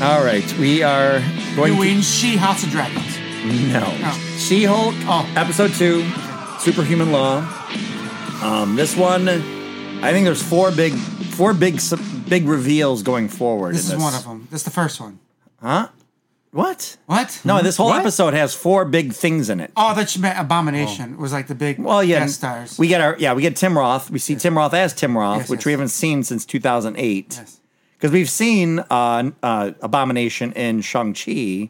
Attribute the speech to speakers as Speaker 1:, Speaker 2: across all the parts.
Speaker 1: All right, we are going
Speaker 2: You
Speaker 1: to
Speaker 2: win She Hearts of Dragons.
Speaker 1: no.
Speaker 2: Oh.
Speaker 1: She Hulk,
Speaker 2: Oh.
Speaker 1: episode two, Superhuman Law. Um, this one, I think there's four big, four big, su- big reveals going forward.
Speaker 2: This
Speaker 1: in
Speaker 2: is one of them. This is the first one.
Speaker 1: What?
Speaker 2: What?
Speaker 1: No, this whole
Speaker 2: Hmm? What?
Speaker 1: episode has four big things in it.
Speaker 2: Oh, that you meant Abomination was like the big
Speaker 1: Oh. Well, yeah,
Speaker 2: guest stars.
Speaker 1: we get our yeah, we get Tim Roth. We see Tim Roth as Tim Roth,
Speaker 2: Yes,
Speaker 1: which
Speaker 2: yes.
Speaker 1: we haven't seen since 2008.
Speaker 2: Yes.
Speaker 1: Because we've seen uh, uh, Abomination in Shang Chi,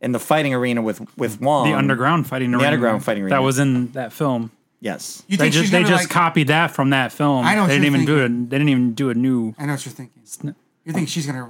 Speaker 1: in the fighting arena with with Wong.
Speaker 3: the underground fighting arena.
Speaker 1: Um, underground fighting arena.
Speaker 3: That was in that film.
Speaker 1: Yes.
Speaker 2: you
Speaker 3: They
Speaker 2: think she's
Speaker 3: just they
Speaker 2: gonna,
Speaker 3: just
Speaker 2: like,
Speaker 3: copied that from that film.
Speaker 2: I know what
Speaker 3: they
Speaker 2: you're
Speaker 3: didn't even do it. They didn't even do a new.
Speaker 2: I know what you're thinking. You think she's gonna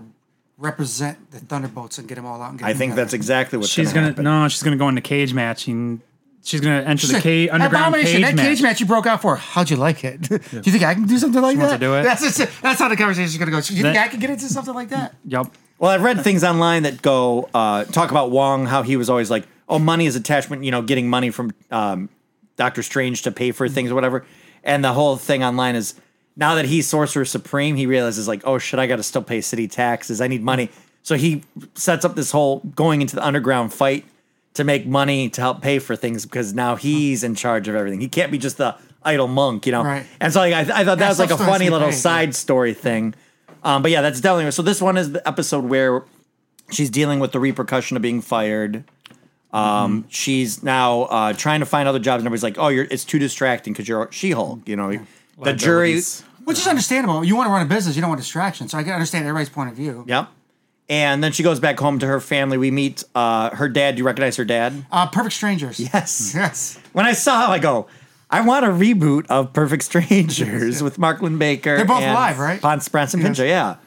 Speaker 2: represent the Thunderbolts and get them all out? And get
Speaker 1: I
Speaker 2: them
Speaker 1: think
Speaker 2: together.
Speaker 1: that's exactly what's
Speaker 3: She's gonna
Speaker 1: happen.
Speaker 3: no. She's gonna go into cage matching. She's gonna enter the cage underground
Speaker 2: Abomination,
Speaker 3: cage
Speaker 2: that
Speaker 3: match.
Speaker 2: cage match you broke out for. How'd you like it? Do you think I can do something like
Speaker 3: wants
Speaker 2: that?
Speaker 3: to do it?
Speaker 2: That's just- that's how the conversation's gonna go. Do you think
Speaker 3: That-
Speaker 2: I can get into something like that?
Speaker 3: Yup.
Speaker 1: Well, I've read things online that go uh, talk about Wong, how he was always like, "Oh, money is attachment," you know, getting money from um, Doctor Strange to pay for things or whatever. And the whole thing online is now that he's Sorcerer Supreme, he realizes like, "Oh shit, I got to still pay city taxes. I need money." So he sets up this whole going into the underground fight to make money to help pay for things because now he's in charge of everything. He can't be just the idle monk, you know.
Speaker 2: Right.
Speaker 1: And so like, I, I thought that
Speaker 2: Yeah,
Speaker 1: was like a
Speaker 2: substance
Speaker 1: funny
Speaker 2: we
Speaker 1: little
Speaker 2: pay, yeah.
Speaker 1: side story thing. Um, but yeah, that's definitely so. This one is the episode where she's dealing with the repercussion of being fired. Um, she's now uh, trying to find other jobs, and everybody's like, "Oh, you're it's too distracting because you're She-Hulk." You know, the jury.
Speaker 3: Liabilities.
Speaker 2: Which is understandable. You want to run a business, you don't want distraction. So I can understand everybody's point of view.
Speaker 1: Yep. And then she goes back home to her family. We meet uh, her dad. Do you recognize her dad?
Speaker 2: Uh, Perfect Strangers.
Speaker 1: Yes.
Speaker 2: Yes.
Speaker 1: When I saw him, I go, I want a reboot of Perfect Strangers with Marklin Baker.
Speaker 2: They're both
Speaker 1: and
Speaker 2: alive, right?
Speaker 1: Ponce Branson Pinchot, yeah.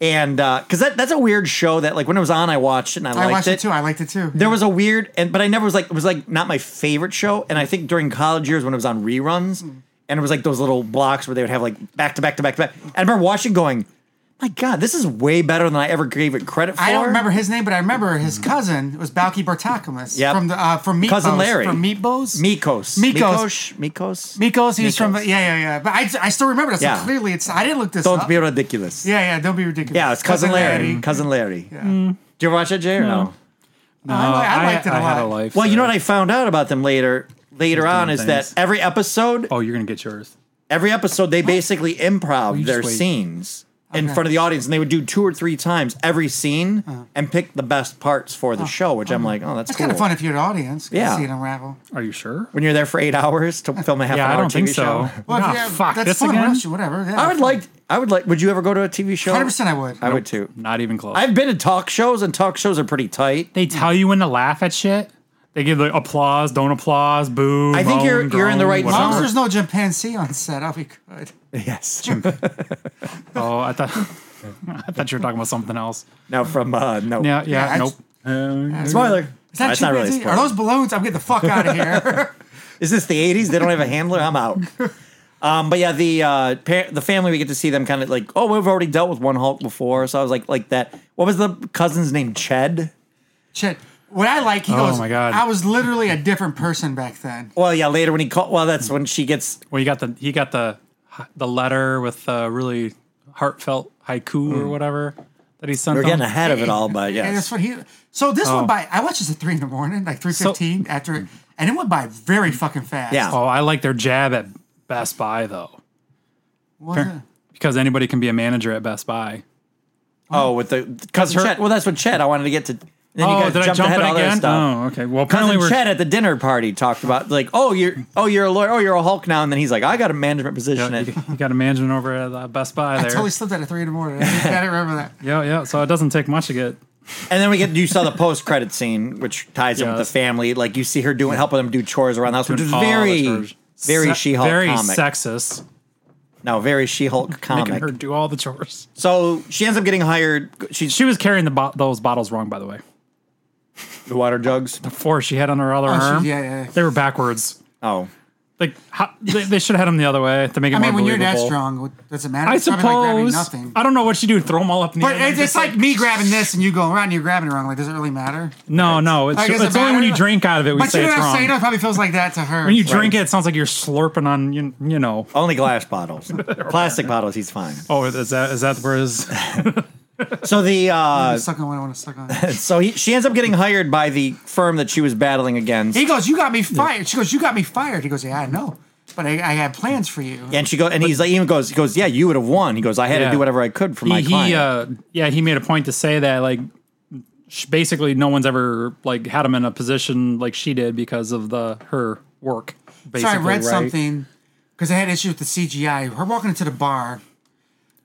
Speaker 1: And because that, that's a weird show that, like, when it was on, I watched it and I,
Speaker 2: I
Speaker 1: liked
Speaker 2: watched it. too. I liked it too.
Speaker 1: There was a weird, and but I never was like, it was like not my favorite show. And I think during college years when it was on reruns,
Speaker 2: Hmm.
Speaker 1: and it was like those little blocks where they would have like back to back to back to back. And I remember watching going, my God, this is way better than I ever gave it credit for.
Speaker 2: I don't remember his name, but I remember his cousin was Balky Bartakamas
Speaker 1: Mm-hmm. Yep.
Speaker 2: from the uh, from Meatbos.
Speaker 1: Cousin Larry.
Speaker 2: from Meatbos.
Speaker 1: Mikos. Mikos.
Speaker 2: Mikos.
Speaker 1: Mikos.
Speaker 2: Mikos. He was from yeah
Speaker 1: Mikos.
Speaker 2: yeah yeah. But I, I still remember that. So
Speaker 1: Yeah.
Speaker 2: clearly, it's I didn't look this
Speaker 1: Don't
Speaker 2: up.
Speaker 1: be ridiculous.
Speaker 2: yeah yeah. Don't be ridiculous.
Speaker 1: Yeah, it's cousin, Larry. Mm. Cousin Larry. Do you ever watch that, Jay? Or no.
Speaker 3: No,
Speaker 2: I li- I liked it a
Speaker 3: I had
Speaker 2: lot.
Speaker 3: a life.
Speaker 1: Well, you know
Speaker 3: there.
Speaker 1: what I found out about them later. Later on is that
Speaker 3: things.
Speaker 1: every episode,
Speaker 3: Oh, you're gonna get yours.
Speaker 1: every episode, they basically improv
Speaker 3: you
Speaker 1: their
Speaker 3: just wait.
Speaker 1: scenes in front of the audience, and they would do two or three times every scene and pick the best parts for the show. Which I'm like, oh, that's,
Speaker 2: It's
Speaker 1: cool.
Speaker 2: kind of fun if you're an audience. Yeah.
Speaker 1: Yeah.
Speaker 2: See it unravel.
Speaker 3: Are you sure?
Speaker 1: when you're there for eight hours to film a half
Speaker 3: Yeah,
Speaker 1: an
Speaker 3: I
Speaker 1: hour
Speaker 3: don't
Speaker 1: TV
Speaker 3: think so.
Speaker 1: show.
Speaker 2: if
Speaker 3: Nah,
Speaker 2: you have-
Speaker 3: fuck
Speaker 2: that's
Speaker 3: this
Speaker 2: fun.
Speaker 3: again.
Speaker 2: rush, Whatever. Yeah,
Speaker 1: I would like. I would like. Would you ever go to a TV show?
Speaker 2: Hundred percent. I would.
Speaker 1: I would too.
Speaker 3: Not even close.
Speaker 1: I've been to talk shows, and talk shows are pretty tight.
Speaker 3: they tell you when to laugh at shit. They give like applause, don't applause, boo.
Speaker 1: I think
Speaker 3: moan,
Speaker 1: you're- you're in the
Speaker 3: groan,
Speaker 1: right
Speaker 2: As
Speaker 3: whatever.
Speaker 2: long as
Speaker 1: zone.
Speaker 2: there's no chimpanzee on set, I'll be good.
Speaker 1: Yes.
Speaker 3: Oh, I thought I thought you were talking about something else.
Speaker 1: now from uh, no.
Speaker 3: Yeah, yeah,
Speaker 2: Yeah, I
Speaker 3: nope.
Speaker 2: just-
Speaker 3: Uh,
Speaker 1: Spoiler.
Speaker 2: Is that
Speaker 1: That's not really a
Speaker 2: chimpanzee?
Speaker 1: spoiler.
Speaker 2: Are those balloons? I'm getting the fuck out of here.
Speaker 1: Is this the 80s? They don't have a handler. I'm out. Um, but yeah, the uh, par- the family we get to see them kind of like, oh, we've already dealt with one Hulk before, so I was like, like that. What was the cousin's name? Ched.
Speaker 2: Shit. What I like, he
Speaker 3: Oh
Speaker 2: goes,
Speaker 3: my God.
Speaker 2: I was literally a different person back then.
Speaker 1: Well, yeah, later when he called, well, that's when she gets.
Speaker 3: well, you got the he got the the letter with the really heartfelt haiku or whatever that he sent.
Speaker 1: We're
Speaker 3: them.
Speaker 1: getting ahead of it all, but
Speaker 2: And that's
Speaker 1: yes,
Speaker 2: what he. So this
Speaker 3: Oh.
Speaker 2: one by I watched this at three in the morning, like three fifteen after it, and it went by very fucking fast.
Speaker 1: Yeah.
Speaker 3: Oh, I like their jab at Best Buy though,
Speaker 2: What a-
Speaker 3: because anybody can be a manager at Best Buy.
Speaker 1: oh, with the cousin
Speaker 3: her-
Speaker 1: Ched. Well, that's what Ched. I wanted to get to. and Then
Speaker 3: oh,
Speaker 1: you guys
Speaker 3: did I
Speaker 1: jumped
Speaker 3: jump
Speaker 1: ahead
Speaker 3: it
Speaker 1: of all that
Speaker 3: again?
Speaker 1: Stuff.
Speaker 3: Oh, okay. Well, apparently
Speaker 1: Cousin
Speaker 3: we're
Speaker 1: Chet at the dinner party talked about like, oh, you're oh, you're a lawyer, oh, you're a Hulk now, and then he's like, I got a management position.
Speaker 3: Yeah,
Speaker 1: at,
Speaker 3: you, you got a management over at uh, Best Buy
Speaker 2: I
Speaker 3: there.
Speaker 2: totally slipped that at three in the morning. I didn't- I didn't remember that.
Speaker 3: yeah, yeah. So it doesn't take much to get.
Speaker 1: And then we get you saw the post credit scene, which ties in with the
Speaker 3: Yes.
Speaker 1: family. Like you see her doing helping them do chores around the house, which is
Speaker 3: all the
Speaker 1: very,
Speaker 3: chores.
Speaker 1: very
Speaker 3: Se-
Speaker 1: She Hulk
Speaker 3: very
Speaker 1: comic.
Speaker 3: sexist,
Speaker 1: no, very She Hulk
Speaker 3: making her
Speaker 1: comic.
Speaker 3: do all the chores.
Speaker 1: So she ends up getting hired. She's
Speaker 3: She was carrying the bo- those bottles wrong, by the way.
Speaker 1: the water jugs.
Speaker 3: Four she had on her other
Speaker 2: she-
Speaker 3: arm.
Speaker 2: Oh, yeah, yeah, yeah.
Speaker 3: They were backwards.
Speaker 1: Oh,
Speaker 3: Like how, they, they should have had them the other way to make it
Speaker 2: I
Speaker 3: more
Speaker 2: mean, when you're
Speaker 3: believable.
Speaker 2: that strong, what- does it matter?
Speaker 3: I
Speaker 2: It's probably like grabbing
Speaker 3: suppose.
Speaker 2: nothing.
Speaker 3: I don't know what you do. Throw them all up in the
Speaker 2: But
Speaker 3: air. and
Speaker 2: it's, it's
Speaker 3: just
Speaker 2: like me grabbing this and you going around and you're grabbing it wrong. Like, does it really matter?
Speaker 3: no, no. It's,
Speaker 2: Like, does
Speaker 3: it's
Speaker 2: it
Speaker 3: only when
Speaker 2: matter?
Speaker 3: you drink out of it we
Speaker 2: But
Speaker 3: say
Speaker 2: you know
Speaker 3: it's
Speaker 2: what I'm saying?
Speaker 3: wrong.
Speaker 2: It probably feels like that to her.
Speaker 3: When you drink it, it sounds like you're slurping on you, you know.
Speaker 1: only glass bottles, plastic bottles. He's fine.
Speaker 3: Oh, is that is that where his
Speaker 1: So the uh,
Speaker 2: suck on what I want to suck on.
Speaker 1: so he, she ends up getting hired by the firm that she was battling against,
Speaker 2: He goes, "You got me fired." She goes, "You got me fired." He goes, "Yeah, I know, but I, I had plans for you."
Speaker 1: and she go and he's like, even goes, he goes, yeah, you would have won. He goes, I had to
Speaker 3: Yeah.
Speaker 1: do whatever I could for my
Speaker 3: he,
Speaker 1: client.
Speaker 3: he uh, yeah, he made a point to say that like sh- basically no one's ever like had him in a position like she did because of the her work.
Speaker 2: So
Speaker 3: Basically,
Speaker 2: I read
Speaker 3: right?
Speaker 2: something because I had issues with the CGI. Her walking into the bar,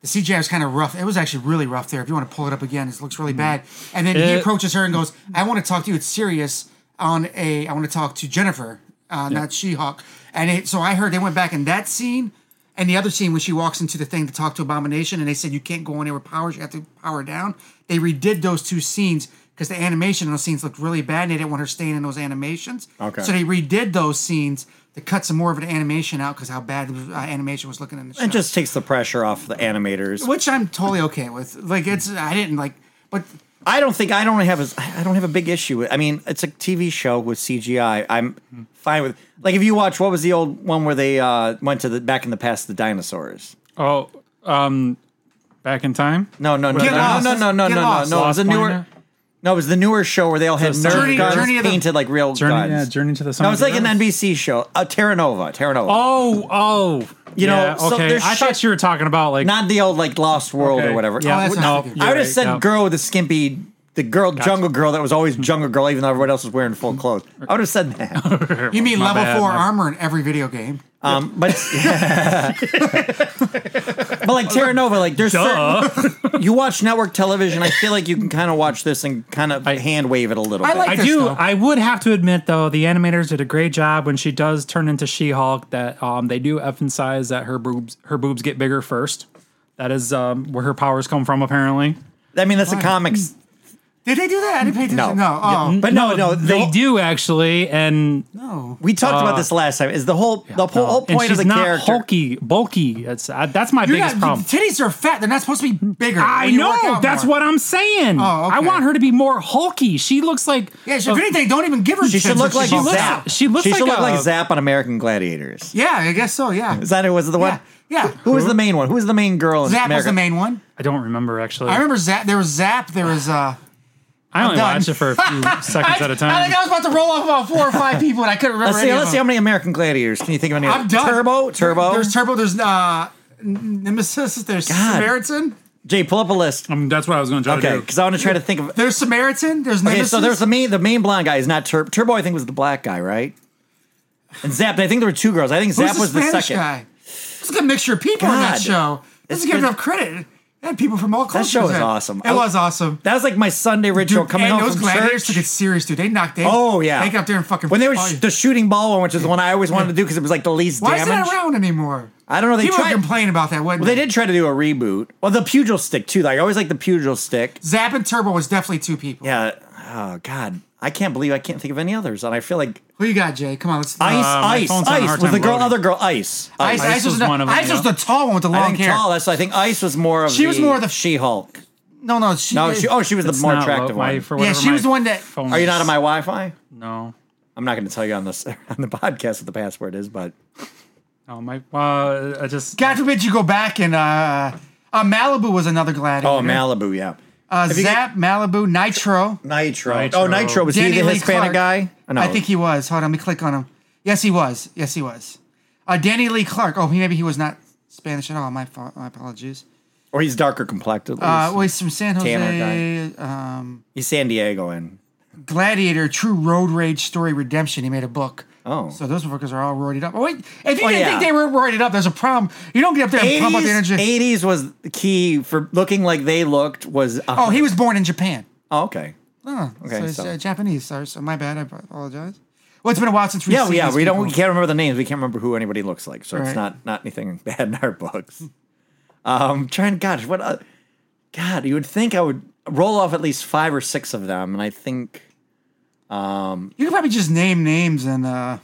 Speaker 2: the CGI was kind of rough. It was actually really rough there. If you want to pull it up again, it looks really bad. And then he
Speaker 3: Mm. It-
Speaker 2: approaches her and goes, "I want to talk to you. It's serious. On a, I want to talk to Jennifer, uh, not She-Hulk." And it, so I heard they went back in that scene. And the other scene when she walks into the thing to talk to Abomination, and they said you can't go in there with powers, you have to power down. They redid those two scenes because the animation in those scenes looked really bad, and they didn't want her staying in those animations.
Speaker 1: Okay.
Speaker 2: So they redid those scenes to cut some more of an animation out because how bad uh, animation was looking in the show.
Speaker 1: and just takes the pressure off the animators.
Speaker 2: which I'm totally okay with. Like it's I didn't like, but
Speaker 1: I don't think I don't have as I don't have a big issue. with I mean, it's a TV show with CGI. I'm fine with like if you watch what was the old one where they uh, went to the back in the past the dinosaurs.
Speaker 3: Oh, um, back in time.
Speaker 1: No, no, no,
Speaker 2: Get
Speaker 1: no,
Speaker 2: lost.
Speaker 1: no, no, no,
Speaker 2: Get
Speaker 1: no, no,
Speaker 2: lost.
Speaker 1: no. It was
Speaker 3: Lost
Speaker 1: a newer.
Speaker 3: Miner?
Speaker 1: No, it was the newer show where they all had
Speaker 3: The
Speaker 1: nerf
Speaker 3: Journey-
Speaker 1: guns
Speaker 2: Journey of the-
Speaker 1: painted like real
Speaker 3: Journey,
Speaker 1: guns.
Speaker 3: yeah, Journey to the Sun.
Speaker 1: No, it's like an
Speaker 3: Earth.
Speaker 1: NBC show, uh, Terra Nova, Terra Nova.
Speaker 3: Oh, oh,
Speaker 1: You know,
Speaker 3: yeah,
Speaker 1: so
Speaker 3: okay.
Speaker 1: there's
Speaker 3: I
Speaker 1: shit-
Speaker 3: thought you were talking about like
Speaker 1: not the old like Lost World
Speaker 3: okay,
Speaker 1: or whatever.
Speaker 3: Yeah,
Speaker 2: Oh, that's not
Speaker 3: no,
Speaker 2: what I
Speaker 1: I would have
Speaker 3: you're
Speaker 1: said
Speaker 3: right, no.
Speaker 1: girl with the skimpy, the girl jungle girl that was always jungle girl, even though everyone else was wearing full clothes. I would have said that.
Speaker 2: you mean
Speaker 3: My
Speaker 2: level
Speaker 3: bad,
Speaker 2: four
Speaker 3: my-
Speaker 2: armor in every video game?
Speaker 1: Um, but but like Terra Nova, like there's
Speaker 3: Duh.
Speaker 1: certain- you watch network television. I feel like you can kind of watch this and kind of hand wave it a little
Speaker 2: I
Speaker 1: bit.
Speaker 2: like-
Speaker 3: I
Speaker 2: this,
Speaker 3: do.
Speaker 2: though.
Speaker 3: I would have to admit, though, the animators did a great job when she does turn into She-Hulk. That um, they do emphasize that her boobs her boobs get bigger first. That is um, where her powers come from, apparently.
Speaker 1: I mean, that's a comics.
Speaker 2: Did they do that? I didn't pay
Speaker 1: No.
Speaker 2: attention. No, oh
Speaker 1: But no, no, the
Speaker 3: they
Speaker 1: whole-
Speaker 3: do actually, and
Speaker 2: no.
Speaker 1: We talked about this last time. Is the whole the whole, whole
Speaker 3: Uh, and
Speaker 1: point of
Speaker 3: she's
Speaker 1: the
Speaker 3: not
Speaker 1: character?
Speaker 3: hulky, bulky. That's uh, that's my
Speaker 2: You're
Speaker 3: biggest
Speaker 2: not,
Speaker 3: problem.
Speaker 2: titties are fat. They're not supposed to be bigger.
Speaker 3: I
Speaker 2: when you work
Speaker 3: know.
Speaker 2: out
Speaker 3: That's
Speaker 2: more.
Speaker 3: what I'm saying.
Speaker 2: Oh, okay.
Speaker 3: I want her to be more hulky. She looks like
Speaker 2: Yeah, so if anything, don't even give her.
Speaker 1: She should look like
Speaker 3: Oh. She looks-
Speaker 1: Zap.
Speaker 3: she looks
Speaker 1: should
Speaker 3: like
Speaker 1: look like
Speaker 3: a-
Speaker 1: Zap on American Gladiators.
Speaker 2: Yeah, I guess so. Yeah,
Speaker 1: Is that it? Was it the one?
Speaker 2: yeah, yeah.
Speaker 1: Who was
Speaker 3: Hmm?
Speaker 1: the main one? Who was the main girl in
Speaker 2: Zap was
Speaker 1: America?
Speaker 2: the main one.
Speaker 3: I don't remember actually.
Speaker 2: I
Speaker 3: I,
Speaker 2: remember Zap. There was Zap. There was uh.
Speaker 3: only
Speaker 2: done.
Speaker 3: watched it for a few seconds at a time.
Speaker 2: I think I was about to roll off about four or five people, and I couldn't remember.
Speaker 1: Let's see.
Speaker 2: any of
Speaker 1: Let's see how
Speaker 2: them.
Speaker 1: many American Gladiators can you think of? Any
Speaker 2: I'm done.
Speaker 1: Turbo, Turbo.
Speaker 2: There's Turbo. There's uh, N- Nemesis. There's
Speaker 1: God.
Speaker 2: Samaritan.
Speaker 1: Jay, pull up a list.
Speaker 3: Um, that's what I was going to try
Speaker 1: Okay,
Speaker 3: to do.
Speaker 1: because I want to try to think of.
Speaker 2: There's Samaritan. There's
Speaker 1: Okay,
Speaker 2: Nemesis.
Speaker 1: so there's the main the main blonde guy is not Turbo. Turbo, I think was the black guy, right? And Zap. I think there were two girls. I think
Speaker 2: Who's
Speaker 1: Zap was the
Speaker 2: Spanish
Speaker 1: second.
Speaker 2: guy. It's a good mixture of people on that
Speaker 1: God.
Speaker 2: show. This is
Speaker 1: It's
Speaker 2: giving
Speaker 1: been-
Speaker 2: enough credit. They had people from all cultures.
Speaker 1: show is
Speaker 2: in.
Speaker 1: awesome.
Speaker 2: It was awesome.
Speaker 1: That was like my Sunday ritual
Speaker 2: Dude,
Speaker 1: coming
Speaker 2: and
Speaker 1: home
Speaker 2: those
Speaker 1: from
Speaker 2: gladiators
Speaker 1: church.
Speaker 2: took it serious, dude. They knocked. They,
Speaker 1: Oh yeah,
Speaker 2: they got up there and fucking
Speaker 1: when they were
Speaker 2: fought
Speaker 1: sh-
Speaker 2: you.
Speaker 1: the shooting ball one, which is the one I always wanted to do because it was like the least
Speaker 2: Why is
Speaker 1: damage.
Speaker 2: that around anymore?
Speaker 1: I don't know. They
Speaker 2: People
Speaker 1: tried.
Speaker 2: were complaining about that. Wasn't
Speaker 1: well, they did try to do a reboot. Well, the pugil stick too. Like, I always like the pugil stick.
Speaker 2: Zap and Turbo was definitely two people.
Speaker 1: Yeah. Oh God, I can't believe I can't think of any others, and I feel like
Speaker 2: Who you got, Jay? Come on, let's.
Speaker 1: Ice,
Speaker 3: my
Speaker 1: Ice,
Speaker 3: phone's having a
Speaker 1: Ice
Speaker 3: hard
Speaker 1: was the
Speaker 3: time
Speaker 1: girl,
Speaker 3: loading.
Speaker 1: other girl, Ice.
Speaker 2: Ice, Ice, was, one of them. Ice
Speaker 3: yeah.
Speaker 2: was the tall one with the
Speaker 1: I
Speaker 2: long
Speaker 1: think
Speaker 2: hair.
Speaker 1: tall. That's I think Ice was more of.
Speaker 2: She was more of the-
Speaker 1: She-Hulk.
Speaker 2: No, no, she,
Speaker 1: No, she, oh, she was the
Speaker 3: It's
Speaker 1: more
Speaker 3: not
Speaker 1: attractive
Speaker 3: what my-
Speaker 1: one.
Speaker 3: for
Speaker 2: Yeah,
Speaker 3: whatever
Speaker 2: she
Speaker 3: my
Speaker 2: was the one that-
Speaker 3: phone
Speaker 1: Are you not
Speaker 3: is.
Speaker 1: on my Wi-Fi?
Speaker 3: No.
Speaker 1: I'm not going to tell you on this on the podcast what the password is, but
Speaker 3: Oh my! Uh, I just
Speaker 2: God forbid you go back and uh, uh Malibu was another gladiator.
Speaker 1: oh, Malibu, yeah.
Speaker 2: Uh,
Speaker 1: If you get-
Speaker 2: Zap, Malibu, Nitro.
Speaker 1: Nitro.
Speaker 3: Nitro.
Speaker 1: Oh, Nitro was
Speaker 2: Danny
Speaker 1: he the
Speaker 2: Lee
Speaker 1: Hispanic
Speaker 2: Clark.
Speaker 1: guy? Oh, No,
Speaker 2: I think he was. Hold on, let me click on him. Yes, he was. Yes, he was. Uh, Danny Lee Clark. Oh, he- maybe he was not Spanish at all. My fault. My apologies.
Speaker 1: or he's darker complected.
Speaker 2: Uh,
Speaker 1: Uh,
Speaker 2: well, he's from San
Speaker 1: Tanner
Speaker 2: Jose. Um,
Speaker 1: he's San Diego, and
Speaker 2: Gladiator, True Road Rage Story Redemption. He made a book.
Speaker 1: Oh.
Speaker 2: So those fuckers are all roided up. Oh, wait. If you
Speaker 1: Oh,
Speaker 2: didn't
Speaker 1: yeah.
Speaker 2: think they were roided up, there's a problem. You don't get up there and pump up the
Speaker 1: 80s,
Speaker 2: energy.
Speaker 1: 80s was the key for looking like they looked was.
Speaker 2: Oh, he was born in Japan.
Speaker 1: oh, okay.
Speaker 2: Oh,
Speaker 1: Okay,
Speaker 2: so he's
Speaker 1: so-
Speaker 2: uh, Japanese. Sorry, so my bad. I apologize. Well, it's been a while since we've
Speaker 1: Yeah,
Speaker 2: seen
Speaker 1: yeah,
Speaker 2: these
Speaker 1: we don't. We
Speaker 2: people.
Speaker 1: can't remember the names. We can't remember who anybody looks like. So it's
Speaker 2: Right.
Speaker 1: not not anything bad in our books. Um, trying. Gosh, what? Uh, God, you would think I would roll off at least five or six of them, and I think
Speaker 2: You could probably just name names and uh,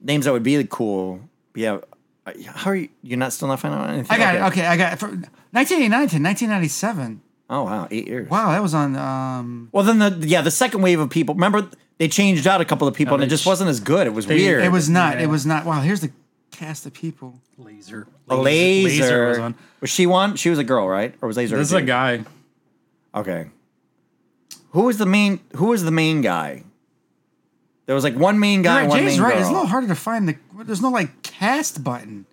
Speaker 1: names that would be cool. Yeah. uh, How are you? You're not still not finding out anything.
Speaker 2: I got it. Okay, I got it. From 1989 to 1997.
Speaker 1: Oh wow, eight years.
Speaker 2: Wow, that was on. Um,
Speaker 1: Well, then the yeah the second wave of people. Remember they changed out a couple of people, and it
Speaker 3: they
Speaker 1: just
Speaker 3: ch-
Speaker 1: wasn't as good. It was weird.
Speaker 2: it was not. It
Speaker 3: Yeah.
Speaker 2: was not. Wow, here's the cast of people.
Speaker 3: laser.
Speaker 1: a laser.
Speaker 3: Laser
Speaker 1: was,
Speaker 3: was on.
Speaker 1: she one? She was a girl, right? Or was laser?
Speaker 3: This is
Speaker 1: dude?
Speaker 3: a guy.
Speaker 1: Okay. Who was the main? Who was the main guy? There was like one main guy,
Speaker 2: Right,
Speaker 1: one uh,
Speaker 2: Jay's
Speaker 1: main
Speaker 2: right.
Speaker 1: girl.
Speaker 2: It's a little harder to find the. There's no like cast button.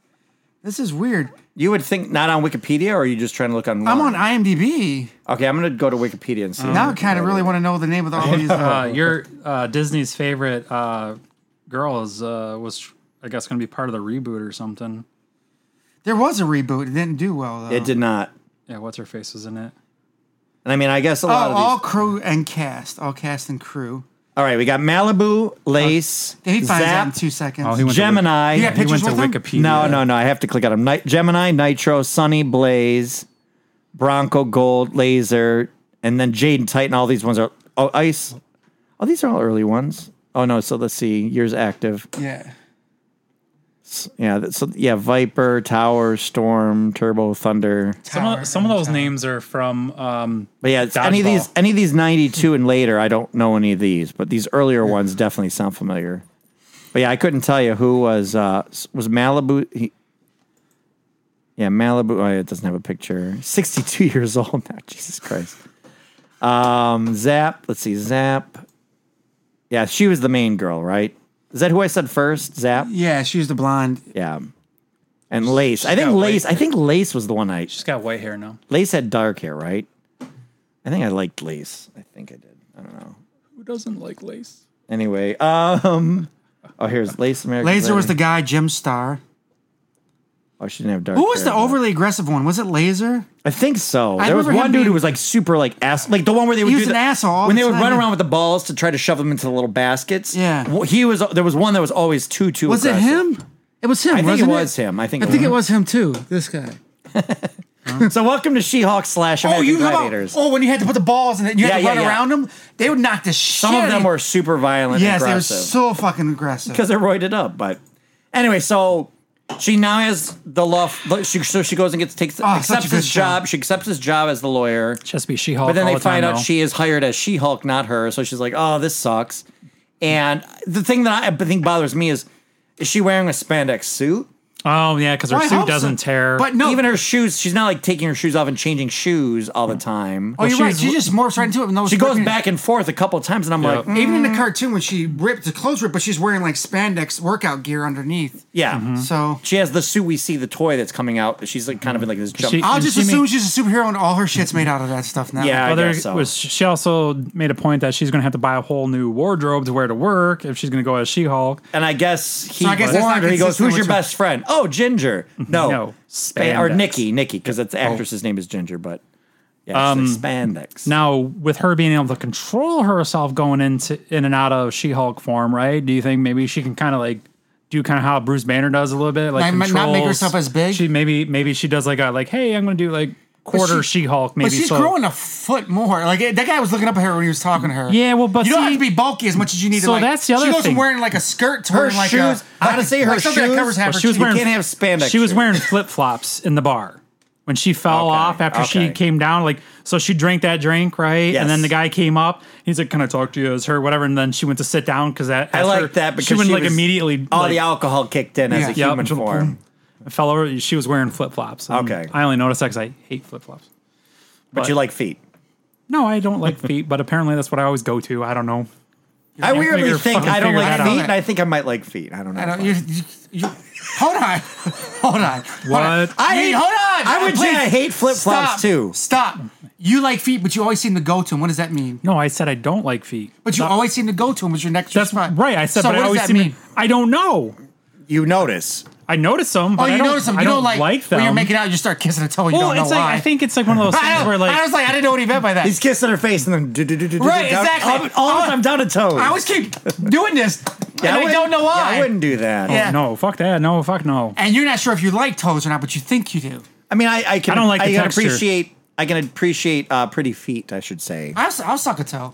Speaker 2: This is weird.
Speaker 1: You would think not on Wikipedia, or are you just trying to look on?
Speaker 2: I'm on IMDb.
Speaker 1: Okay, I'm gonna go to Wikipedia and see.
Speaker 2: Now I kind of really want to know the name of the, all these.
Speaker 3: Uh, your uh, Disney's favorite uh, girl is uh, was I guess going to be part of the reboot or something.
Speaker 2: there was a reboot. It didn't do well though.
Speaker 1: It did not.
Speaker 3: Yeah, what's her face was in it?
Speaker 1: And I mean, I guess a
Speaker 2: Oh,
Speaker 1: lot of these.
Speaker 2: all crew and cast. All cast and crew.
Speaker 1: all right, we got Malibu, Lace,
Speaker 2: He finds out in
Speaker 1: Zap,
Speaker 2: two seconds.
Speaker 3: Oh, he went
Speaker 1: Gemini.
Speaker 2: Yeah,
Speaker 3: To, he went
Speaker 2: Pictures
Speaker 3: to
Speaker 2: with him?
Speaker 3: Wikipedia.
Speaker 1: No, no, no. I have to click on them. Ni- Gemini, Nitro, Sunny, Blaze, Bronco, Gold, Laser, and then Jade and Titan. All these ones are. Oh, Ice. Oh, these are all early ones. Oh no. So let's see. Years active.
Speaker 2: yeah.
Speaker 1: Yeah. that- So yeah. Viper, Tower, Storm, Turbo, Thunder.
Speaker 3: Some of, some of those names are from. Um,
Speaker 1: But yeah, it's any of these,
Speaker 3: Dodgeball.
Speaker 1: any of these ninety-two and later, I don't know any of these, but these earlier ones definitely sound familiar. But yeah, I couldn't tell you who was uh s- was Malibu. He, yeah, Malibu. Oh, it doesn't have a picture. Sixty-two years old now. Jesus Christ. Um, Zap. Let's see, Zap. Yeah, she was the main girl, right? Is that who I said first? Zap.
Speaker 2: Yeah, she was the blonde.
Speaker 1: Yeah. And Lace. I think
Speaker 3: got
Speaker 1: Lace.
Speaker 3: white
Speaker 1: I think Lace was the one I.
Speaker 3: she's got white hair now.
Speaker 1: Lace had dark hair, right? I think I liked Lace. I think I did. I don't know.
Speaker 3: Who doesn't like lace?
Speaker 1: Anyway, um, oh here's Lace American.
Speaker 2: Laser was the
Speaker 1: Dragon.
Speaker 2: guy, Jim Star.
Speaker 1: Oh, she didn't have dark.
Speaker 2: Who was
Speaker 1: hair,
Speaker 2: the
Speaker 1: but-
Speaker 2: overly aggressive one? Was it Laser?
Speaker 1: I think so.
Speaker 2: I
Speaker 1: there was
Speaker 2: remember him
Speaker 1: one dude who
Speaker 2: being-
Speaker 1: was like super like ass, like the one where they would
Speaker 2: He was
Speaker 1: do the,
Speaker 2: an asshole all
Speaker 1: when
Speaker 2: the
Speaker 1: they would
Speaker 2: time.
Speaker 1: run around with the balls to try to shove them into the little baskets.
Speaker 2: Yeah.
Speaker 1: Wh- he was. There was one that was always too too.
Speaker 2: Was
Speaker 1: aggressive.
Speaker 2: it him? It was him.
Speaker 1: I think it
Speaker 2: wasn't
Speaker 1: was him. I think.
Speaker 2: I think it was him too. This guy.
Speaker 1: So welcome to She-Hulk slash
Speaker 2: Oh,
Speaker 1: American
Speaker 2: you know about,
Speaker 1: Gladiators.
Speaker 2: oh when you had to put the balls in it, and you
Speaker 1: Yeah,
Speaker 2: had to
Speaker 1: yeah,
Speaker 2: run
Speaker 1: yeah.
Speaker 2: around them. They would knock the shit.
Speaker 1: Some of
Speaker 2: out
Speaker 1: them
Speaker 2: you.
Speaker 1: were super violent. and
Speaker 2: Yes, they were
Speaker 1: aggressive.
Speaker 2: so fucking aggressive.
Speaker 1: because they're roided up. But anyway, so she now has the law. She, so she goes and gets takes
Speaker 2: Ah, such a
Speaker 1: accepts
Speaker 2: good
Speaker 1: this job.
Speaker 2: job.
Speaker 1: She accepts this job as the lawyer.
Speaker 3: Just be She Hulk.
Speaker 1: But then
Speaker 3: all
Speaker 1: they
Speaker 3: the time
Speaker 1: find out
Speaker 3: now.
Speaker 1: she is hired as She Hulk, not her. So she's like, "Oh, this sucks." And the thing that I think bothers me is, is she wearing a spandex suit?
Speaker 3: Oh yeah, because her
Speaker 2: Well, I hope
Speaker 3: suit
Speaker 2: so.
Speaker 3: doesn't tear.
Speaker 2: But no,
Speaker 1: Even her shoes, she's not like taking her shoes off and changing shoes all the time.
Speaker 2: Oh, you're right.
Speaker 3: she's-
Speaker 2: She just morphs right into it. No,
Speaker 1: she goes back and forth a couple times, and I'm
Speaker 3: Yeah.
Speaker 1: like, mm,
Speaker 2: Even in the cartoon, when she ripped the clothes rip, but she's wearing like spandex workout gear underneath.
Speaker 1: yeah.
Speaker 2: So
Speaker 1: She has the suit we see the toy that's coming out. She's like kind of in like this jump.
Speaker 3: She-
Speaker 2: I'll
Speaker 3: And
Speaker 2: just
Speaker 3: she
Speaker 2: assume
Speaker 3: made-
Speaker 2: she's a superhero and all her shit's made out of that stuff now.
Speaker 1: yeah, I
Speaker 3: Well, there
Speaker 1: guess so.
Speaker 3: was she also made a point that she's going to have to buy a whole new wardrobe to wear to work if she's going to go as She Hulk.
Speaker 1: And I guess he
Speaker 2: I guess that's
Speaker 1: warned
Speaker 2: not
Speaker 1: her. He goes,
Speaker 2: consistent
Speaker 1: "Who's your
Speaker 2: with your-
Speaker 1: best friend?" Oh, Ginger. No,
Speaker 3: No,
Speaker 1: Spa- or
Speaker 3: spandex.
Speaker 1: Nikki. Nikki, because that's the actress's name is Ginger, but yeah,
Speaker 2: Um,
Speaker 1: it's like spandex.
Speaker 3: Now, with her being able to control herself going into in and out of She Hulk form, right? Do you think maybe she can kind of like do kind of how Bruce Banner does a little bit, like
Speaker 2: Not- not make
Speaker 3: controls-
Speaker 2: herself as big?
Speaker 3: She maybe maybe she does like a like, hey, I'm going to do like quarter
Speaker 2: she-
Speaker 3: She Hulk, maybe
Speaker 2: But she's
Speaker 3: so.
Speaker 2: growing a foot more. Like that guy was looking up at her when he was talking to her.
Speaker 3: Yeah, well, but
Speaker 2: you don't have
Speaker 3: see-
Speaker 2: to be bulky as much as you need. to,
Speaker 3: So
Speaker 2: like-
Speaker 3: that's the other
Speaker 2: She goes
Speaker 3: thing.
Speaker 2: from wearing like a skirt to
Speaker 1: Her
Speaker 2: wearing, like
Speaker 1: shoes-
Speaker 2: A, like,
Speaker 1: honestly, her
Speaker 2: like something
Speaker 1: shoes-
Speaker 2: That covers half
Speaker 1: well,
Speaker 2: her
Speaker 3: she was
Speaker 2: cheek.
Speaker 3: wearing
Speaker 1: can't have spandex
Speaker 3: She was
Speaker 1: shoes.
Speaker 3: wearing flip flops in the bar when she fell
Speaker 1: Okay,
Speaker 3: off after
Speaker 1: okay.
Speaker 3: she came down. Like so, she drank that drink, right?
Speaker 1: Yes.
Speaker 3: And then the guy came up. He's like, "Can I talk to you?" As her, whatever. And then she went to sit down because that
Speaker 1: I
Speaker 3: as
Speaker 1: like
Speaker 3: her-
Speaker 1: that because
Speaker 3: she went like
Speaker 1: was-
Speaker 3: immediately
Speaker 1: all
Speaker 3: like,
Speaker 1: the alcohol kicked in as
Speaker 2: Yeah.
Speaker 1: a
Speaker 2: Yep.
Speaker 1: human form.
Speaker 3: fell over. She was wearing flip flops.
Speaker 1: Okay.
Speaker 3: I only noticed that because I hate flip flops.
Speaker 1: But,
Speaker 3: But-
Speaker 1: you like feet.
Speaker 3: No, I don't like feet, but apparently that's what I always go to. I don't know.
Speaker 1: I weirdly
Speaker 3: figure-
Speaker 1: think
Speaker 3: fucking
Speaker 1: I don't
Speaker 3: figure
Speaker 1: like
Speaker 3: that
Speaker 1: feet,
Speaker 2: out.
Speaker 1: and I think I might like feet. I don't know.
Speaker 2: I don't. You, you, you, hold on. Hold on. Hold on.
Speaker 3: What?
Speaker 2: I
Speaker 1: I
Speaker 2: hate,
Speaker 1: hate-
Speaker 2: hold on.
Speaker 1: I would say
Speaker 2: Please.
Speaker 1: I hate flip-flops,
Speaker 2: Stop.
Speaker 1: too.
Speaker 2: Stop. You like feet, but you always seem to go to them. What does that mean?
Speaker 3: No, I said I don't like feet.
Speaker 2: But you
Speaker 3: That-
Speaker 2: always seem to go to them. Was your next
Speaker 3: that's
Speaker 2: response?
Speaker 3: right. I said,
Speaker 2: So what
Speaker 3: but I
Speaker 2: does
Speaker 3: always
Speaker 2: that
Speaker 3: seem to-
Speaker 2: mean?
Speaker 3: I don't know.
Speaker 1: you notice.
Speaker 3: I notice them.
Speaker 2: Oh,
Speaker 3: But I
Speaker 2: you
Speaker 3: don't,
Speaker 2: notice them. You
Speaker 3: I
Speaker 2: don't,
Speaker 3: don't,
Speaker 2: like
Speaker 3: like them.
Speaker 2: when you're making out. You start kissing a toe. You
Speaker 3: well,
Speaker 2: don't know
Speaker 3: it's like
Speaker 2: why.
Speaker 3: I think it's like one of those
Speaker 2: I,
Speaker 3: things
Speaker 2: don't-
Speaker 3: where like
Speaker 2: I was like, I didn't know what he meant by that.
Speaker 1: He's kissing her face and then do, do, do, do, do, do,
Speaker 2: Right,
Speaker 1: down-
Speaker 2: exactly.
Speaker 1: All, all the
Speaker 2: I-
Speaker 1: time down to toes.
Speaker 2: I always keep doing this,
Speaker 1: Yeah,
Speaker 2: and I,
Speaker 1: wouldn't-
Speaker 2: don't know
Speaker 1: yeah,
Speaker 2: why.
Speaker 1: I wouldn't do that.
Speaker 2: Yeah.
Speaker 3: no, fuck that. No, fuck no.
Speaker 2: And you're not sure if you like toes or not, but you think you do.
Speaker 1: I mean, I, I can.
Speaker 3: I don't like
Speaker 1: I
Speaker 3: the
Speaker 1: can
Speaker 3: texture.
Speaker 1: appreciate. I can appreciate uh, pretty feet. I should say.
Speaker 2: I'll, I'll suck a toe.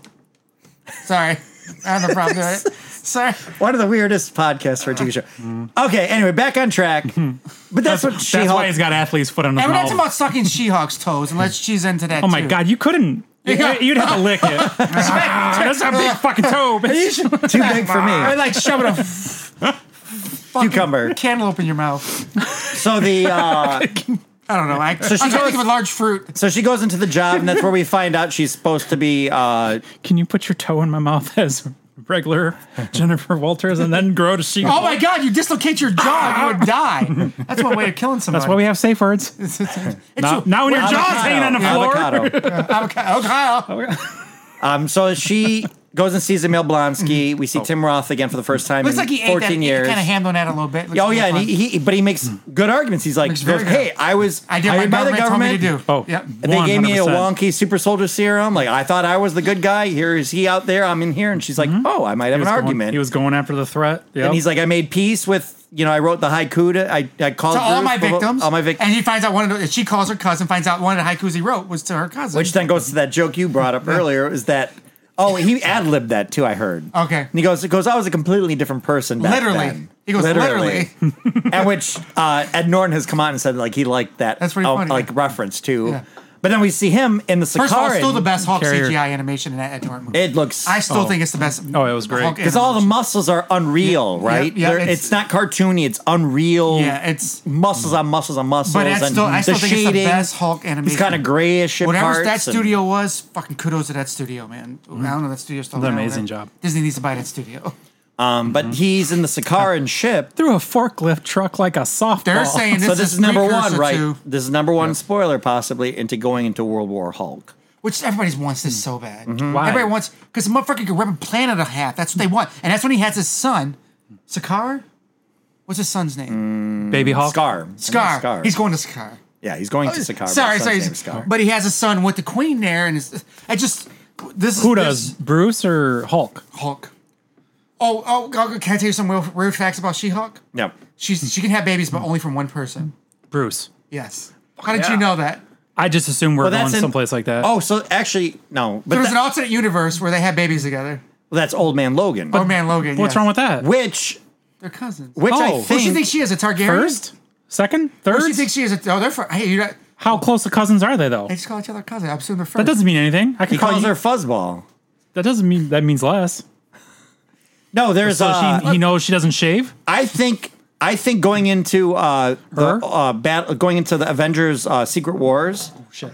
Speaker 2: Sorry, I have no problem doing it. Sorry.
Speaker 1: One of the weirdest podcasts for a TV show. Mm-hmm. Okay, anyway, back on track. But that's, what she
Speaker 3: That's why he's
Speaker 1: Hulk.
Speaker 3: got athlete's foot on his
Speaker 2: And we're not talking
Speaker 3: mouth.
Speaker 2: about sucking She-Hulk's toes, unless she's into that.
Speaker 3: Oh my
Speaker 2: too.
Speaker 3: god, you couldn't.
Speaker 2: Yeah.
Speaker 3: You'd have to lick it. That's a big fucking toe. bitch.
Speaker 1: Too big for
Speaker 2: I
Speaker 1: me.
Speaker 2: like shoving a f-
Speaker 1: Cucumber.
Speaker 2: cantaloupe in your mouth.
Speaker 1: So the uh,
Speaker 2: I don't know. I, so
Speaker 1: she
Speaker 2: I'm trying to
Speaker 1: goes-
Speaker 2: think of a large fruit.
Speaker 1: So she goes into the job, and that's where we find out she's supposed to be. Uh,
Speaker 3: Can you put your toe in my mouth as regular Jennifer Walters and then grow to she?
Speaker 2: Oh my God! You dislocate your jaw, you would die. That's one way of killing somebody.
Speaker 3: That's why we have safe words. Now, now when your
Speaker 2: We're
Speaker 3: jaw's Oh, hanging on the floor.
Speaker 1: avocado.
Speaker 2: avocado. avocado.
Speaker 1: Um, so she goes and sees Emil Blonsky. We see Tim Roth again for the first time
Speaker 2: Looks
Speaker 1: in
Speaker 2: like he ate
Speaker 1: 14
Speaker 2: that. He
Speaker 1: years.
Speaker 2: kind of hammed on that a little bit. Looks
Speaker 1: Oh
Speaker 2: like
Speaker 1: yeah, and
Speaker 2: fun.
Speaker 1: he, he but he makes good arguments. He's like,
Speaker 2: Makes very good.
Speaker 1: "Hey, I was
Speaker 2: I did
Speaker 1: hired
Speaker 2: what
Speaker 1: by the
Speaker 2: government told me
Speaker 1: government
Speaker 2: to do.
Speaker 3: Oh.
Speaker 2: yep.
Speaker 1: They gave me a
Speaker 3: 100%.
Speaker 1: wonky super soldier serum. Like I thought I was the good guy. Here is he out there. I'm in here, and she's like, "Oh, I might have an
Speaker 3: Mm-hmm. He was going-
Speaker 1: argument."
Speaker 3: He was going after the threat. Yep.
Speaker 1: and he's like, "I made peace with you know. I wrote the haiku. To, I I called
Speaker 2: To all
Speaker 1: Bruce,
Speaker 2: my
Speaker 1: blah, blah,
Speaker 2: victims.
Speaker 1: All my victims.
Speaker 2: And he finds out one of the, she calls her cousin, finds out one of the haikus he wrote was to her cousin.
Speaker 1: Which then goes to that joke you brought up earlier. Is that oh he ad libbed that too? I heard.
Speaker 2: Okay.
Speaker 1: And he goes, it goes. I was a completely different person. Back
Speaker 2: Literally.
Speaker 1: then."
Speaker 2: He goes, "Literally."
Speaker 1: and which uh, Ed Norton has come out and said like he liked that. um,
Speaker 2: That's pretty funny.
Speaker 1: Like reference to.
Speaker 2: Yeah.
Speaker 1: But then we see him in the Sakaran.
Speaker 2: First of all, still the best Hulk
Speaker 3: Carrier.
Speaker 2: CGI animation in that Ed Norton movie.
Speaker 1: It looks
Speaker 2: I still think it's the best.
Speaker 3: Oh, it was great.
Speaker 2: Hulk
Speaker 1: 'cause all the
Speaker 2: animation.
Speaker 1: muscles are unreal, right?
Speaker 2: yeah,
Speaker 1: They're-
Speaker 2: it's-
Speaker 1: it's, not cartoony. It's unreal.
Speaker 2: yeah, it's
Speaker 1: muscles on muscles on muscles.
Speaker 2: but it's
Speaker 1: and
Speaker 2: still I still
Speaker 1: the
Speaker 2: think
Speaker 1: shading.
Speaker 2: it's the best Hulk animation.
Speaker 1: He's kind of grayish. At
Speaker 2: Whatever
Speaker 1: parts
Speaker 2: that
Speaker 1: and-
Speaker 2: studio was, fucking kudos to that studio, man. I don't know that studio's still
Speaker 3: Did an
Speaker 2: around,
Speaker 3: amazing
Speaker 2: whatever.
Speaker 3: job.
Speaker 2: Disney needs to buy that studio.
Speaker 1: um,
Speaker 2: Mm-hmm.
Speaker 1: but he's in the
Speaker 2: Uh,
Speaker 1: Sakaran ship.
Speaker 3: through a forklift truck like a softball.
Speaker 2: They're saying this,
Speaker 1: so this is number one,
Speaker 2: precursor
Speaker 1: right?
Speaker 2: to-
Speaker 1: This is number one spoiler, possibly into going into World War Hulk.
Speaker 2: Which everybody wants this
Speaker 1: Hmm.
Speaker 2: so bad.
Speaker 1: Mm-hmm.
Speaker 3: Why?
Speaker 2: Everybody wants because the motherfucker can rip a planet in half. That's what they want, and that's when he has his son, Sakaar. What's his son's name?
Speaker 3: baby Hulk.
Speaker 1: Scar, I mean,
Speaker 2: Scar.
Speaker 1: Mm, Scar.
Speaker 2: He's going to Scar.
Speaker 1: yeah, he's going to Sakaar.
Speaker 2: sorry, sorry.
Speaker 1: Scar.
Speaker 2: But he has a son with the queen there, and it's, I just this is
Speaker 3: Who
Speaker 2: this-
Speaker 3: does Bruce or Hulk?
Speaker 2: Hulk. Oh, oh, oh, can I tell you some real, weird facts about She-Hulk?
Speaker 1: Yep.
Speaker 2: She's she can have babies, but only from one person.
Speaker 3: Bruce.
Speaker 2: Yes. How did
Speaker 1: Yeah.
Speaker 2: you know that?
Speaker 3: I just assume we're
Speaker 1: Well,
Speaker 3: going
Speaker 1: that's in-
Speaker 3: someplace like that.
Speaker 1: Oh, so actually, no, but
Speaker 2: There was
Speaker 1: that-
Speaker 2: an alternate universe where they had babies together.
Speaker 1: that's Old Man Logan,
Speaker 2: Oh man, Logan.
Speaker 3: what's
Speaker 2: yes.
Speaker 3: wrong with that?
Speaker 1: which
Speaker 2: They're cousins.
Speaker 1: which I
Speaker 3: Oh.
Speaker 1: think.
Speaker 2: Who she thinks she is a Targaryen?
Speaker 3: First, second,
Speaker 2: Who
Speaker 3: third.
Speaker 2: she thinks she is a? Oh, they're first. Hey, you. They
Speaker 3: How close of cousins are they though?
Speaker 2: just call each other cousins. I assume they're first.
Speaker 3: That doesn't mean anything. I
Speaker 1: he
Speaker 3: could call
Speaker 1: calls
Speaker 3: you.
Speaker 1: her fuzzball.
Speaker 3: That doesn't mean that means less.
Speaker 1: No, there's.
Speaker 3: So
Speaker 1: uh, Oh,
Speaker 3: she, he knows she doesn't shave.
Speaker 1: I think. I think going into uh, the
Speaker 3: Her?
Speaker 1: uh, bat- going into the Avengers uh, Secret Wars,
Speaker 3: Shit.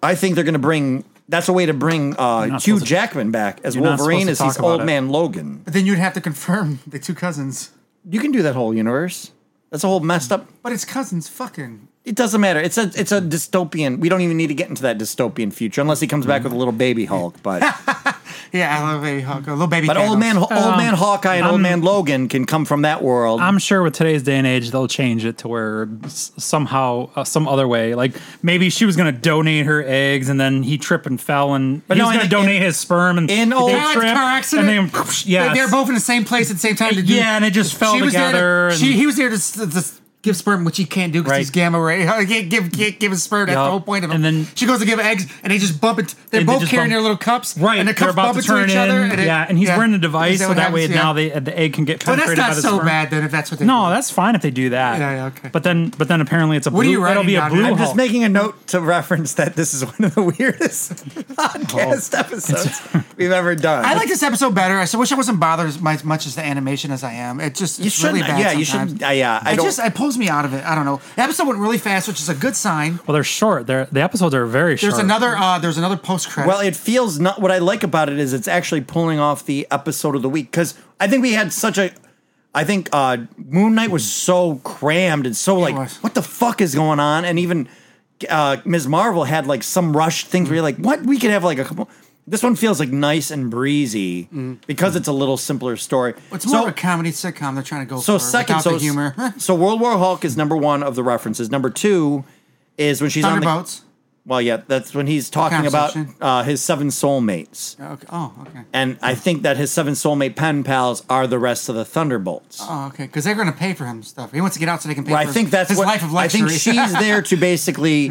Speaker 1: I think they're going to bring. That's a way to bring uh,
Speaker 3: not
Speaker 1: Hugh
Speaker 3: supposed to-
Speaker 1: Jackman back as
Speaker 3: you're not
Speaker 1: Wolverine as
Speaker 3: supposed to
Speaker 1: he's
Speaker 3: talk about
Speaker 1: Old
Speaker 3: it.
Speaker 1: Man Logan.
Speaker 2: But then you'd have to confirm the two cousins.
Speaker 1: You can do that whole universe. That's a whole messed up.
Speaker 2: But it's cousins. Fucking.
Speaker 1: It doesn't matter. It's a it's a dystopian. We don't even need to get into that dystopian future unless he comes back
Speaker 3: Mm.
Speaker 1: with a little baby Hulk. But
Speaker 2: Yeah, I love baby Hulk. A little baby.
Speaker 1: but old
Speaker 2: Thanos.
Speaker 1: man Hul- old
Speaker 3: Um,
Speaker 1: man Hawkeye and old man Logan can come from that world.
Speaker 3: I'm sure with today's day and age, they'll change it to where s- somehow, uh, some other way. Like maybe she was going to donate her eggs, and then he tripped and fell, and he
Speaker 1: no,
Speaker 3: was
Speaker 1: in
Speaker 3: going to
Speaker 1: the-
Speaker 3: donate his sperm, and
Speaker 1: in
Speaker 3: they
Speaker 1: old-
Speaker 3: tripped,
Speaker 2: Yeah, car accident.
Speaker 3: and then
Speaker 2: They-
Speaker 3: yeah,
Speaker 2: They're both in the same place at the same time. To do,
Speaker 3: yeah, and it just fell
Speaker 2: she was
Speaker 3: together.
Speaker 2: There to, she,
Speaker 3: and-
Speaker 2: he was there to, s- to s- give sperm, which he can't do because
Speaker 3: Right.
Speaker 2: he's gamma ray. He can't give give, give his sperm. That's
Speaker 3: Yup.
Speaker 2: the whole point of it.
Speaker 3: And then-
Speaker 2: she goes to give eggs, and they just bump it. They're
Speaker 3: And they
Speaker 2: both
Speaker 3: just
Speaker 2: carrying
Speaker 3: bump-
Speaker 2: their little cups,
Speaker 3: Right,
Speaker 2: And the
Speaker 3: they're
Speaker 2: cups bump
Speaker 3: about to
Speaker 2: into
Speaker 3: turn
Speaker 2: each
Speaker 3: in,
Speaker 2: other. And it-
Speaker 3: yeah, and he's
Speaker 2: yeah.
Speaker 3: wearing a
Speaker 2: Is
Speaker 3: device, so
Speaker 2: what
Speaker 3: that way
Speaker 2: happens? Yeah.
Speaker 3: now they, the egg can get
Speaker 2: But that's
Speaker 3: penetrated by
Speaker 2: not
Speaker 3: the
Speaker 2: so
Speaker 3: sperm.
Speaker 2: bad then if that's what they
Speaker 3: No,
Speaker 2: do.
Speaker 3: that's fine if they do that.
Speaker 2: Yeah, yeah, okay.
Speaker 3: But then, but then apparently it's a blue.
Speaker 2: What are you
Speaker 3: it'll
Speaker 2: writing
Speaker 3: be a
Speaker 2: down?
Speaker 3: blue.
Speaker 2: I'm
Speaker 1: I'm just
Speaker 3: Hulk.
Speaker 1: making a note to reference that this is one of the weirdest podcast
Speaker 2: Oh.
Speaker 1: episodes we've ever done.
Speaker 2: I like this episode better. I s- wish I wasn't bothered as much, much as the animation as I am. It just
Speaker 1: you
Speaker 2: it's really
Speaker 1: shouldn't-
Speaker 2: bad.
Speaker 1: yeah, you
Speaker 2: sometimes.
Speaker 1: shouldn't- uh, yeah, I
Speaker 2: it
Speaker 1: don't-
Speaker 2: just it pulls me out of it. I don't know. The episode went really fast, which is a good sign.
Speaker 3: Well, they're short. They're the episodes are very short.
Speaker 2: There's another uh there's another post credit.
Speaker 1: Well, it feels not what I like about it is it's actually pulling off the episode of the week because I think we had such a. I think uh, Moon Knight was so crammed and so like,
Speaker 2: was.
Speaker 1: what the fuck is going on? And even uh, Ms. Marvel had like some rushed things where you're like, what? We could have like a couple. This one feels like nice and breezy because it's a little simpler story.
Speaker 2: Mm. It's more of a comedy sitcom they're trying to go
Speaker 1: So
Speaker 2: for
Speaker 1: second, so,
Speaker 2: without the humor.
Speaker 1: so World War Hulk is number one of the references. Number two is when she's on the
Speaker 2: Thunderbolts.
Speaker 1: well, yeah, that's when he's talking about
Speaker 2: conversation.
Speaker 1: uh, his seven soulmates.
Speaker 2: Okay. Oh, okay.
Speaker 1: And I think that his seven soulmate pen pals are the rest of the Thunderbolts.
Speaker 2: Oh, okay. Because they're going to pay for him stuff. He wants to get out so they can pay.
Speaker 1: Well,
Speaker 2: for
Speaker 1: I
Speaker 2: his-
Speaker 1: think that's
Speaker 2: his
Speaker 1: what
Speaker 2: life of
Speaker 1: I
Speaker 2: luxury.
Speaker 1: think she's there to basically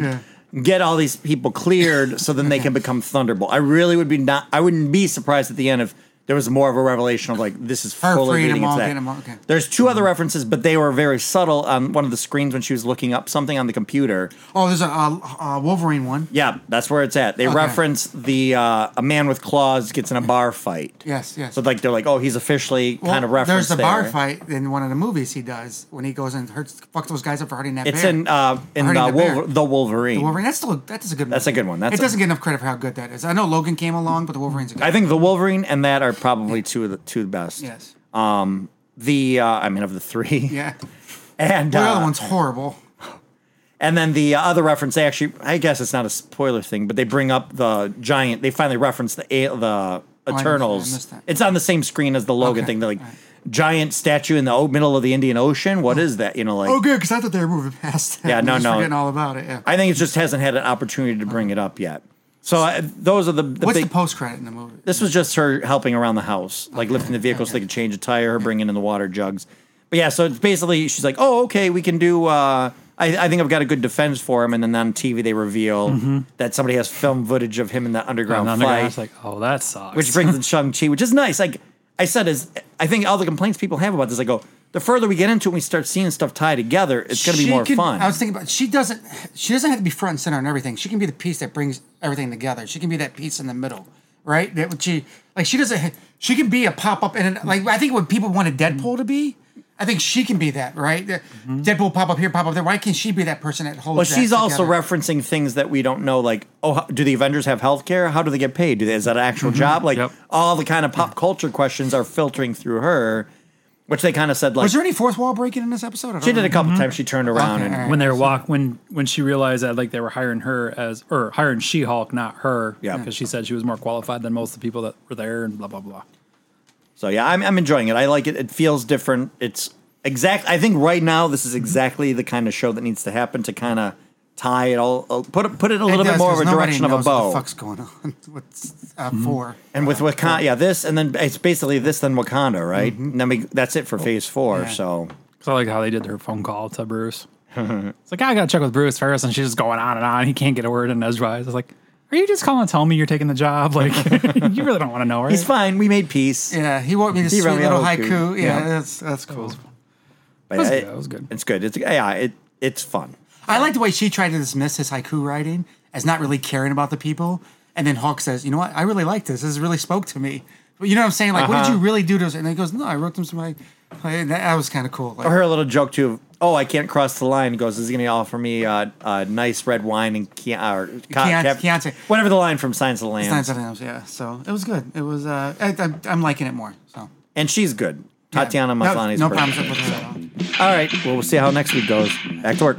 Speaker 1: get all these people cleared so then they can become Thunderbolt. I really would be not I wouldn't be surprised at the end if there was more of a revelation of like this is
Speaker 2: Her
Speaker 1: fully
Speaker 2: freedom,
Speaker 1: leading into
Speaker 2: all
Speaker 1: that.
Speaker 2: freedom, all- okay. Mm-hmm.
Speaker 1: There's two other references, but they were very subtle on one of the screens when she was looking up something on the computer.
Speaker 2: Oh, there's a, uh uh Wolverine one.
Speaker 1: Yeah, that's where it's at. They
Speaker 2: Okay.
Speaker 1: reference the uh, a man with claws gets in a bar fight.
Speaker 2: Yes, yes.
Speaker 1: So like they're like, oh, he's officially
Speaker 2: Well,
Speaker 1: kind of referenced
Speaker 2: There's the bar
Speaker 1: there.
Speaker 2: fight in one of the movies he does when he goes and hurts, fuck those guys up for hurting that
Speaker 1: It's
Speaker 2: bear.
Speaker 1: in uh, in
Speaker 2: Hurting
Speaker 1: uh,
Speaker 2: the bear.
Speaker 1: Wolver- the Wolverine.
Speaker 2: The Wolverine. That's still that is a good.
Speaker 1: That's
Speaker 2: movie.
Speaker 1: a good one. That's
Speaker 2: it
Speaker 1: a-
Speaker 2: doesn't get enough credit for how good that is. I know Logan came along, but the Wolverine's a good.
Speaker 1: I think the Wolverine and that are probably two of the two of the best.
Speaker 2: yes.
Speaker 1: The uh, I mean of the three.
Speaker 2: Yeah.
Speaker 1: And
Speaker 2: The
Speaker 1: uh,
Speaker 2: other one's horrible.
Speaker 1: And then the other reference, they actually, I guess it's not a spoiler thing, but they bring up the giant. They finally reference the a- the
Speaker 2: Oh, missed
Speaker 1: Eternals.
Speaker 2: that.
Speaker 1: it's on the same screen as the Logan
Speaker 2: Okay,
Speaker 1: thing. They're like
Speaker 2: alright.
Speaker 1: giant statue in the o- middle of the Indian Ocean. What is that? You know, like
Speaker 2: Oh, good because I thought they were moving past. That.
Speaker 1: Yeah, no,
Speaker 2: Just
Speaker 1: no.
Speaker 2: Forgetting all about it. Yeah.
Speaker 1: I think it just hasn't had an opportunity to bring it up yet. So I, those are the, the
Speaker 2: Uh-huh. What's
Speaker 1: big.
Speaker 2: the post credit in the movie?
Speaker 1: this was just her helping around the house, like lifting the vehicle so they could change a tire, her bringing in the water jugs. But yeah, so it's basically she's like, "Oh, okay, we can do." Uh, I, I think I've got a good defense for him, and then on TV they reveal that somebody has film footage of him Mm-hmm. in that underground
Speaker 3: And then the
Speaker 1: fight,
Speaker 3: guy's like, oh, that sucks.
Speaker 1: which brings in Shang Chi, which is nice. Like I said, is I think all the complaints people have about this, I go, the further we get into it, we start seeing stuff tie together. It's going to be
Speaker 2: She
Speaker 1: more
Speaker 2: can-
Speaker 1: fun.
Speaker 2: I was thinking about she doesn't she doesn't have to be front and center on everything. She can be the piece that brings everything together. She can be that piece in the middle, right? That would she like she doesn't she can be a pop up and like I think what people wanted Deadpool to be. I think she can be that, right? That Deadpool pop up here, pop up there. Why can't she be that person that holds?
Speaker 1: Mm-hmm. Well,
Speaker 2: that
Speaker 1: she's also
Speaker 2: together?
Speaker 1: referencing things that we don't know, like oh, how- do the Avengers have health care? How do they get paid? Do they, is that an actual
Speaker 2: Mm-hmm.
Speaker 1: job? Like
Speaker 3: Yep.
Speaker 1: all the kind of pop culture questions are filtering through her, which they kind of said like
Speaker 2: Was there any fourth wall breaking in this episode? I don't
Speaker 1: she did a
Speaker 2: remember.
Speaker 1: couple times. She turned around
Speaker 2: Okay,
Speaker 1: and
Speaker 2: alright.
Speaker 3: when they were walk when when she realized that like they were hiring her as or hiring She Hulk, not her.
Speaker 1: Yeah.
Speaker 3: because she said she was more qualified than most of the people that were there, and blah blah blah.
Speaker 1: so yeah, I'm I'm enjoying it. I like it. It feels different. It's exact. I think right now this is exactly the kind of show that needs to happen to kind of tie it all uh, put it- put it a little
Speaker 2: It
Speaker 1: bit
Speaker 2: does,
Speaker 1: more
Speaker 2: 'cause
Speaker 1: of a
Speaker 2: nobody
Speaker 1: direction of a
Speaker 2: knows What
Speaker 1: bow. Mm-hmm.
Speaker 2: the fuck's going on? What's uh, four?
Speaker 1: and with Wakanda, yeah, this and then it's basically this then Wakanda, right? And then we that's it for Phase Four.
Speaker 2: Mm-hmm. Yeah.
Speaker 1: So
Speaker 3: Because I like how they did her phone call to Bruce. it's like I gotta check with Bruce first, and she's just going on and on. He can't get a word in edgewise. It's like, are you just calling to tell me you're taking the job? Like, you really don't want to know, right?
Speaker 1: he's fine. We made peace.
Speaker 2: Yeah, he wrote me this
Speaker 1: He wrote
Speaker 2: sweet
Speaker 1: me a
Speaker 2: little
Speaker 1: haiku.
Speaker 2: haiku. Yeah,
Speaker 1: Yeah.
Speaker 2: that's that's cool.
Speaker 1: But
Speaker 3: was
Speaker 1: yeah,
Speaker 3: good, that was good.
Speaker 1: It's good. It's yeah. It it's fun.
Speaker 2: I like the way she tried to dismiss his haiku writing as not really caring about the people. And then Hawk says, You know what? I really like this. This really spoke to me. But you know what I'm saying? Like,
Speaker 1: Uh-huh.
Speaker 2: what did you really do to us? And he goes, No, I wrote them some like, and that, that was kind of cool. Like,
Speaker 1: Her little joke too. Of, oh, I can't cross the line. Goes is he gonna offer me uh, uh, nice red wine and Ke- or ca-
Speaker 2: Keon-
Speaker 1: cap-
Speaker 2: Keontae.
Speaker 1: whatever the line from Science of the Land.
Speaker 2: Signs of the Lambs, yeah. So it was good. It was, uh, I, I'm, I'm liking it more. So,
Speaker 1: And she's good.
Speaker 2: yeah.
Speaker 1: Tatiana
Speaker 2: No-
Speaker 1: Maslany's
Speaker 2: No,
Speaker 1: great.
Speaker 2: problems with her at all.
Speaker 1: All right. Well, we'll see how next week goes. Back to work.